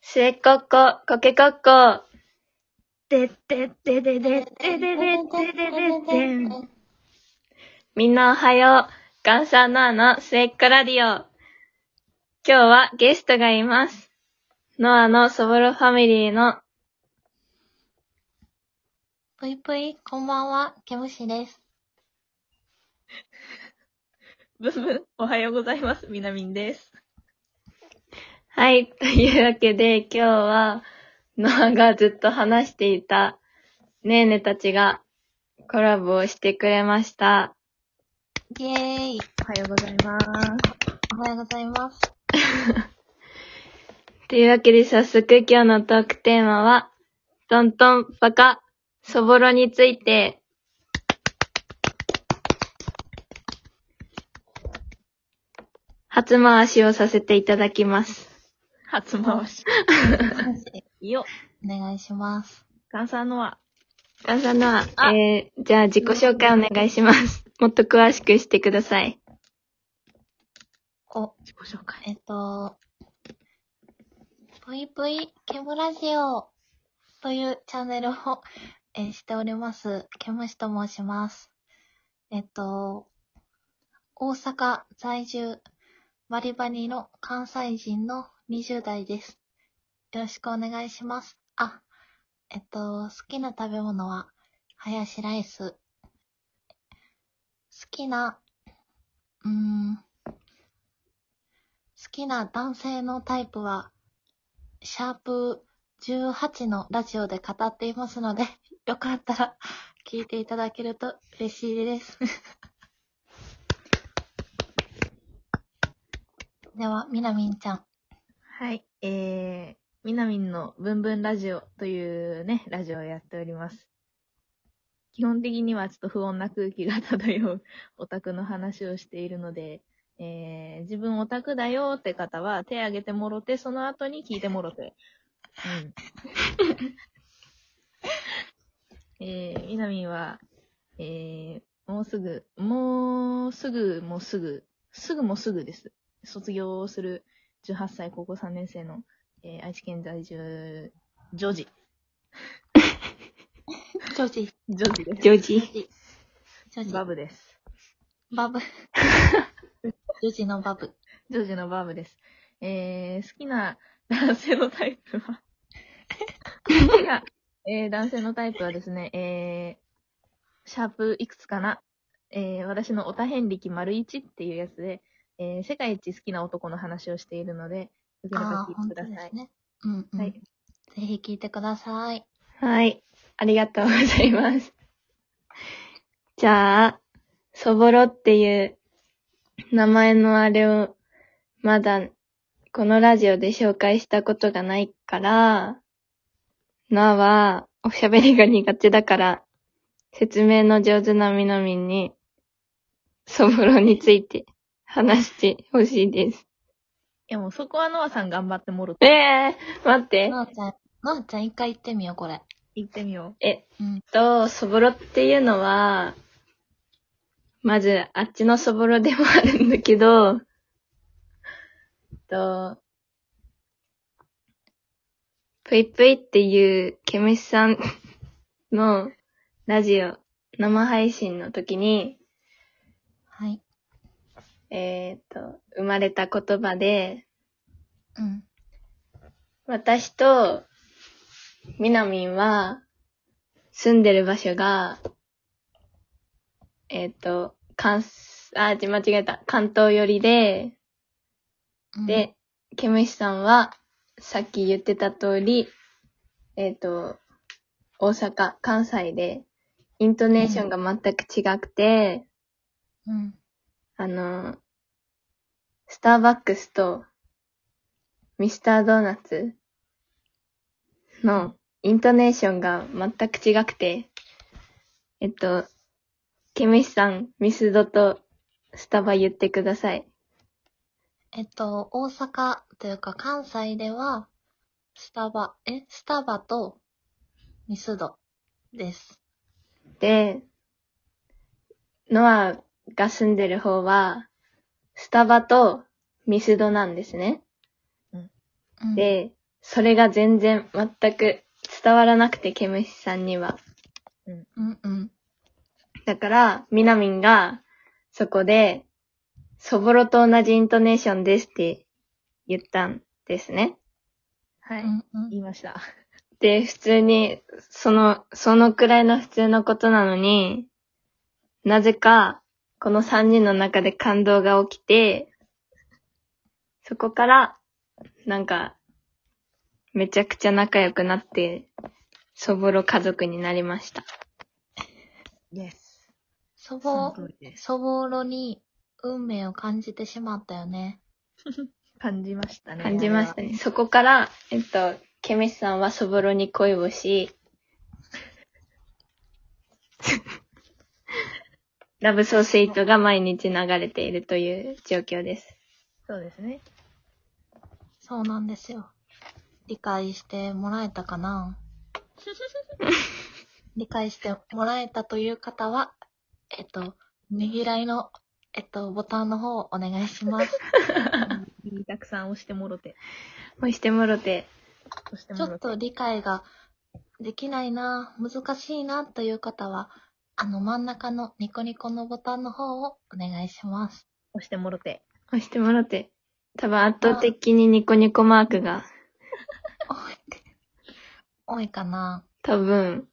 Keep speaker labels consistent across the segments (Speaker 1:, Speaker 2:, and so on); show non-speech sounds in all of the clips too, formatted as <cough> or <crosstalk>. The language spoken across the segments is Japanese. Speaker 1: すっごっこ、かけこっこ。
Speaker 2: でででででででででででん。
Speaker 1: みんなおはよう。ガンサーナーの末っ子ラディオ。今日はゲストがいます。ノアのそぼろファミリーの、
Speaker 2: ぷいぷい、こんばんは、ケムシです。
Speaker 3: ブンブン、おはようございます。みなみんです。
Speaker 1: はい、というわけで今日は、ノアがずっと話していた、ネーネたちがコラボをしてくれました。
Speaker 2: イェーイ。
Speaker 3: おはようございます。
Speaker 2: おはようございます。
Speaker 1: というわけで早速今日のトークテーマは、トントンバカ、そぼろについて。初回しをさせていただきます。
Speaker 3: 初回し。いいよ。
Speaker 2: お願いします。
Speaker 3: ガンサーノア。
Speaker 1: ガンさんのは、えー、じゃあ自己紹介お願いします。もっと詳しくしてください。
Speaker 2: お、
Speaker 3: 自己紹介。
Speaker 2: えっと、ぷいぷい、ケムラジオというチャンネルを、えーしております。ケムシと申します。えっと、大阪在住、バリバリの関西人の20代です。よろしくお願いします。あ、えっと、好きな食べ物は、ハヤシライス。好きな、うーん、好きな男性のタイプは、シャープ18のラジオで語っていますので、 <laughs> よかったら聞いていただけると嬉しいです。 <laughs> では、みなみんちゃん。
Speaker 3: はい。えー、みなみんのブンブンラジオというね、ラジオをやっております。基本的にはちょっと不穏な空気が漂うオタクの話をしているので、えー、自分オタクだよって方は手挙げてもろて、その後に聞いてもろて。うん。 <laughs> えー、みなみんは、えー、もうすぐ、もうすぐ、もうすぐ、すぐもうすぐです。卒業する18歳、高校3年生の、えー愛知県在住、ジョージ。
Speaker 2: ジョージ。
Speaker 3: ジョージで
Speaker 1: ジョージ。
Speaker 2: ジョー
Speaker 3: す。
Speaker 2: ジ。
Speaker 3: バブです。
Speaker 2: バブ。ジョージのバブ。
Speaker 3: ジョージのバブです。えー、好きな男性のタイプは好きな、えー、男性のタイプはですね、えー、シャープいくつかな、えー、私のオタ遍歴丸一っていうやつで、えー、世界一好きな男の話をしているので、よければ
Speaker 2: あ
Speaker 3: 聞
Speaker 2: あ、
Speaker 3: い
Speaker 2: 本
Speaker 3: てく
Speaker 2: 当
Speaker 3: だ
Speaker 2: で
Speaker 3: さい
Speaker 2: す。ね。うん、うん。
Speaker 3: はい
Speaker 2: ぜひ聞いてください。
Speaker 1: はい。ありがとうございます。じゃあ、そぼろっていう名前のあれを、まだ、このラジオで紹介したことがないから、なは、おしゃべりが苦手だから、説明の上手なみのみんに、そぼろについて話してほしいです。
Speaker 3: いやもうそこはノアさん頑張ってもろ
Speaker 1: え
Speaker 3: て、
Speaker 1: えー、待って。
Speaker 2: のあちゃん、のあちゃん一回行ってみよう、これ。
Speaker 3: 行ってみよ
Speaker 1: え、
Speaker 2: うん。
Speaker 1: えっと、そぼろっていうのは、まず、あっちのそぼろでもあるんだけど、えっと、ぷいぷいっていう、ケムシさんのラジオ、生配信の時に、
Speaker 2: はい。
Speaker 1: えーっと、生まれた言葉で、
Speaker 2: うん。
Speaker 1: 私と、みなみんは、住んでる場所が、えっ、と、関す、あ、ち間違えた。関東寄りで、
Speaker 2: うん、
Speaker 1: で、ケムシさんは、さっき言ってた通り、えっ、と、大阪、関西で、イントネーションが全く違くて、
Speaker 2: うん。
Speaker 1: あの、スターバックスとミスタードーナツのイントネーションが全く違くて、えっと、ケミシさん、ミスドとスタバ言ってください。
Speaker 2: えっと、大阪というか関西では、スタバ、え、スタバとミスドです。
Speaker 1: で、ノアが住んでる方は、スタバとミスドなんですね。
Speaker 2: うん、
Speaker 1: で、それが全然全く伝わらなくて、ケムシさんには。
Speaker 2: うんうん。
Speaker 1: だから、みなみんが、そこで、そぼろと同じイントネーションですって言ったんですね。
Speaker 3: は
Speaker 2: う
Speaker 3: い。
Speaker 2: んうん
Speaker 3: 言いました。
Speaker 1: で、普通に、その、そのくらいの普通のことなのに、なぜか、この3人の中で感動が起きて、そこから、なんか、めちゃくちゃ仲良くなって、そぼろ家族になりました。
Speaker 3: イエス。
Speaker 2: 祖
Speaker 3: その
Speaker 2: 母、
Speaker 3: 通りです。
Speaker 2: 祖母ろに運命を感じてしまったよね。
Speaker 3: 感じましたね。
Speaker 1: 感じましたね。そこから、えっと、ケミスさんはそぼろに恋をし、 <laughs> ラブソースイートが毎日流れているという状況です。
Speaker 3: あれは。そうですね。
Speaker 2: そうなんですよ。理解してもらえたかな理解してもらえたという方は、えっと、ねぎらいの、えっと、ボタンの方をお願いします。
Speaker 3: たくさん押してもろて。
Speaker 1: 押してもろて、
Speaker 3: 押して
Speaker 2: ち
Speaker 3: も
Speaker 2: ょ
Speaker 3: ろ。
Speaker 2: ってと理解ができないな、難しいなという方は、あの真ん中のニコニコのボタンの方をお願いします。
Speaker 3: 押してもろて。
Speaker 1: 押してもろて。多分圧倒的にニコニコマークが、
Speaker 2: 多い多いかな。
Speaker 1: 多分、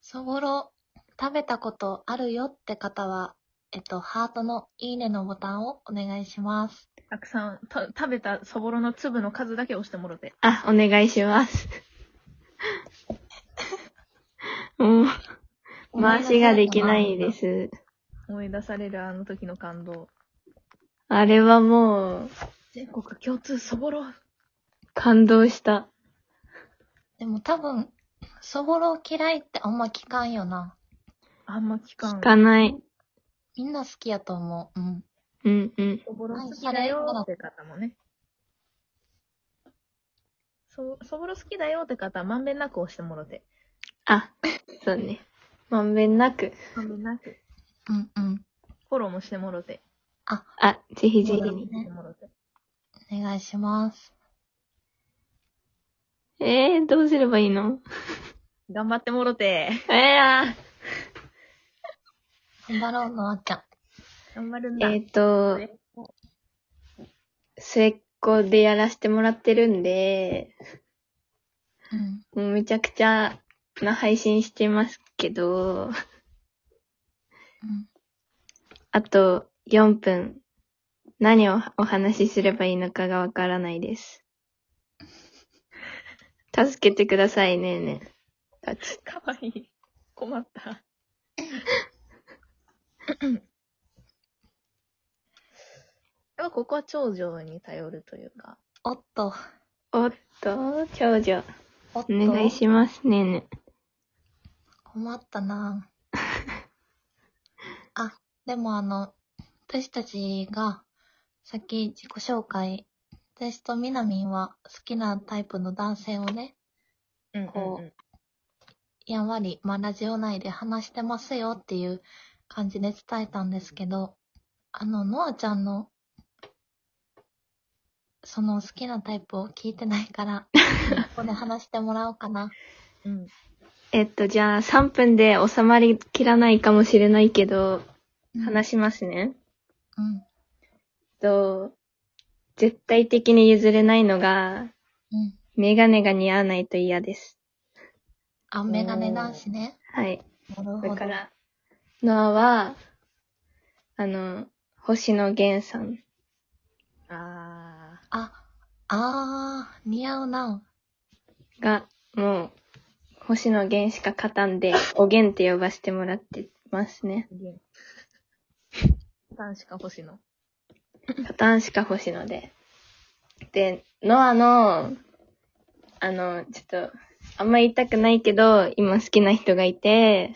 Speaker 2: そぼろ食べたことあるよって方は、えっと、ハートのいいねのボタンをお願いします。。
Speaker 3: たくさん、た食べたそぼろの粒の数だけ押してもろて。
Speaker 1: あ、お願いし <laughs> ます。もう、回しができないですす。
Speaker 3: 思い出されるあの時の感動。
Speaker 1: あれはもう、
Speaker 3: 全国共通そぼろ。
Speaker 1: 感動した。
Speaker 2: でも多分、そぼろ嫌いってあんま聞かんよな。
Speaker 3: あんま聞かん。
Speaker 1: 聞かない。
Speaker 2: みんな好きやと思う。うん。
Speaker 1: うんうん。
Speaker 3: そぼろ好きだよって方もね。そ、そぼろ好きだよって方はまんべんなく押してもろて。
Speaker 1: あ、そうね。まんべんなく。
Speaker 3: まんべんなく。
Speaker 2: うんうん。
Speaker 3: フォローもしてもろて。
Speaker 1: あ、ぜひぜ
Speaker 3: ぜ
Speaker 1: ひ
Speaker 3: ひ
Speaker 1: に。
Speaker 3: してもろて。
Speaker 2: お願いします。
Speaker 1: えー、どうすればいいの
Speaker 3: 頑張ってもろて。
Speaker 1: えー、
Speaker 2: 頑張ろうのあっちゃん。
Speaker 3: 頑張るんだ。
Speaker 1: えっ、と、末っ子でやらせてもらってるんで、
Speaker 2: うん。
Speaker 1: もうめちゃくちゃな配信してますけど、
Speaker 2: うん。
Speaker 1: あと4分、何をお話しすればいいのかがわからないです。助けてくださいねえねえたち。
Speaker 3: かわいい。困 <laughs> った。でもここは長女に頼るというか。
Speaker 2: おっと、
Speaker 1: おっと、長女、
Speaker 2: おっと。
Speaker 1: お願いしますねえねえ
Speaker 2: 困ったなぁあ、でもあの、私たちが、さっき自己紹介、私とみなみんは好きなタイプの男性をね、
Speaker 3: うん
Speaker 2: こうやんわり、まあ、ラジオ内で話してますよっていう感じで伝えたんですけど、あの、ノアちゃんの、その好きなタイプを聞いてないから、ここで話してもらおうかな。
Speaker 3: うん。うん。
Speaker 1: えっと、じゃあ、3分で収まりきらないかもしれないけど、話しますね。
Speaker 2: うん。
Speaker 1: えっと、絶対的に譲れないのが、
Speaker 2: うん。
Speaker 1: メガネが似合わないと嫌です。
Speaker 2: あ、メガネ男子ね。
Speaker 1: はい。
Speaker 2: なるほ
Speaker 1: だ
Speaker 2: ど。
Speaker 1: から、ノアは、あの、星野源さん。
Speaker 3: あ
Speaker 2: あ、あー、似合うな。
Speaker 1: が、もう、星野源しか勝たんで、おげんって呼ばせてもらってますね。
Speaker 3: ー。ゲン。男子か星野。
Speaker 1: パターンしか星野で。で、ノアの、あの、ちょっと、あんま言いたくないけど、今好きな人がいて、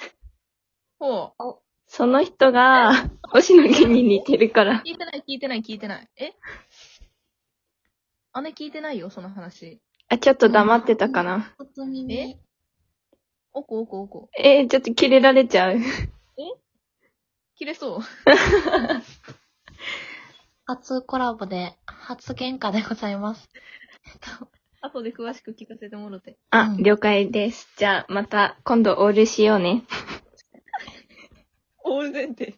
Speaker 3: ほう。
Speaker 1: その人が、星野源に似てるから。
Speaker 3: 聞いてない、聞いてない、聞いてない。え姉聞いてないよ、その話。
Speaker 1: あ、ちょっと黙ってたかな。
Speaker 2: 本当にね。
Speaker 3: おこおこおこ。
Speaker 1: えー、ちょっとキレられちゃう。
Speaker 3: 切れそう。
Speaker 2: 初コラボで、初喧嘩でござい
Speaker 1: <laughs>
Speaker 2: ます。
Speaker 3: <laughs> 後で詳しく聞かせてもろて。
Speaker 1: あ、
Speaker 2: うん
Speaker 1: 了解です。じゃあ、また今度オールしようね。
Speaker 3: オール前提。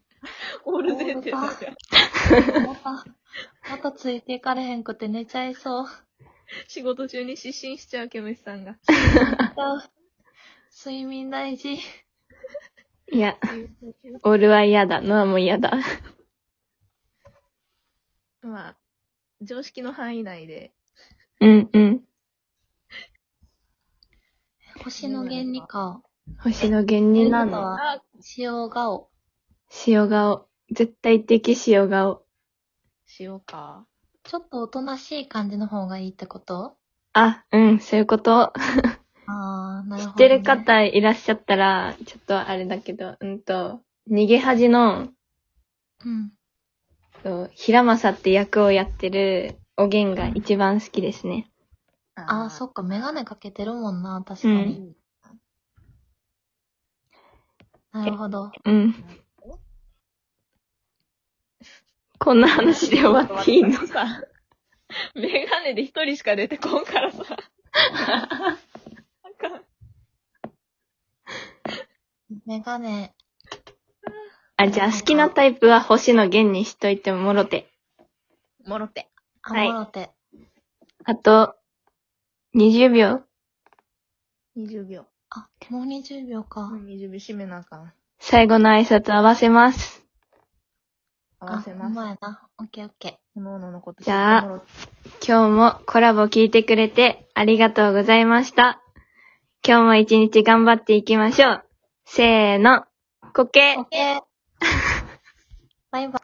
Speaker 3: オール前提だから。
Speaker 2: また、またついていかれへんくて寝ちゃいそう。
Speaker 3: 仕事中に失神しちゃう、ケムシさんが。
Speaker 2: また睡眠大事。
Speaker 1: いや、オールは嫌だ。ノアも嫌だ。
Speaker 3: まあ、常識の範囲内で。
Speaker 1: うんうん。
Speaker 2: 星の源にか、
Speaker 1: 星の源にな
Speaker 2: そう
Speaker 1: の。
Speaker 3: あ、
Speaker 2: 塩顔。
Speaker 1: 塩顔。絶対的塩顔。
Speaker 3: しようか。
Speaker 2: ちょっとおとなしい感じの方がいいってこと
Speaker 1: あ、うん、そういうこと。
Speaker 2: あー、なる
Speaker 1: 知
Speaker 2: ほ
Speaker 1: っ
Speaker 2: ど、ね。
Speaker 1: てる。方いらっしゃったら、ちょっとあれだけど、うんと、逃げ恥の、
Speaker 2: うん。
Speaker 1: そう平正って役をやってるおげんが一番好きですね。
Speaker 2: あー、そ
Speaker 3: っ
Speaker 2: っか、メガネかけてるもんな、確かに。なるほど。
Speaker 1: うん。こんな話で終わって
Speaker 3: <laughs>
Speaker 1: いいの
Speaker 3: さ、メガネで一人しか出てこんからさ。あかん
Speaker 2: メガネ。
Speaker 1: あ、じゃあ好きなタイプは星野源にしといてもろて。
Speaker 3: もろって。
Speaker 2: あ、
Speaker 1: はい
Speaker 2: もろて。
Speaker 1: あと、20秒
Speaker 3: 20秒。
Speaker 2: あ、もう20秒か。
Speaker 3: 20秒締めなあかん。
Speaker 1: 最後の挨拶合わせます。
Speaker 3: 合
Speaker 2: あ、
Speaker 3: わせます。
Speaker 2: 前な。オッケーオッケ
Speaker 3: おのおののこと。
Speaker 1: じゃあ
Speaker 3: もろて
Speaker 1: 今日もコラボ聞いてくれてありがとうございました。今日も一日頑張っていきましょう。せーの、こけ
Speaker 2: ー。オッケー。バイバイ。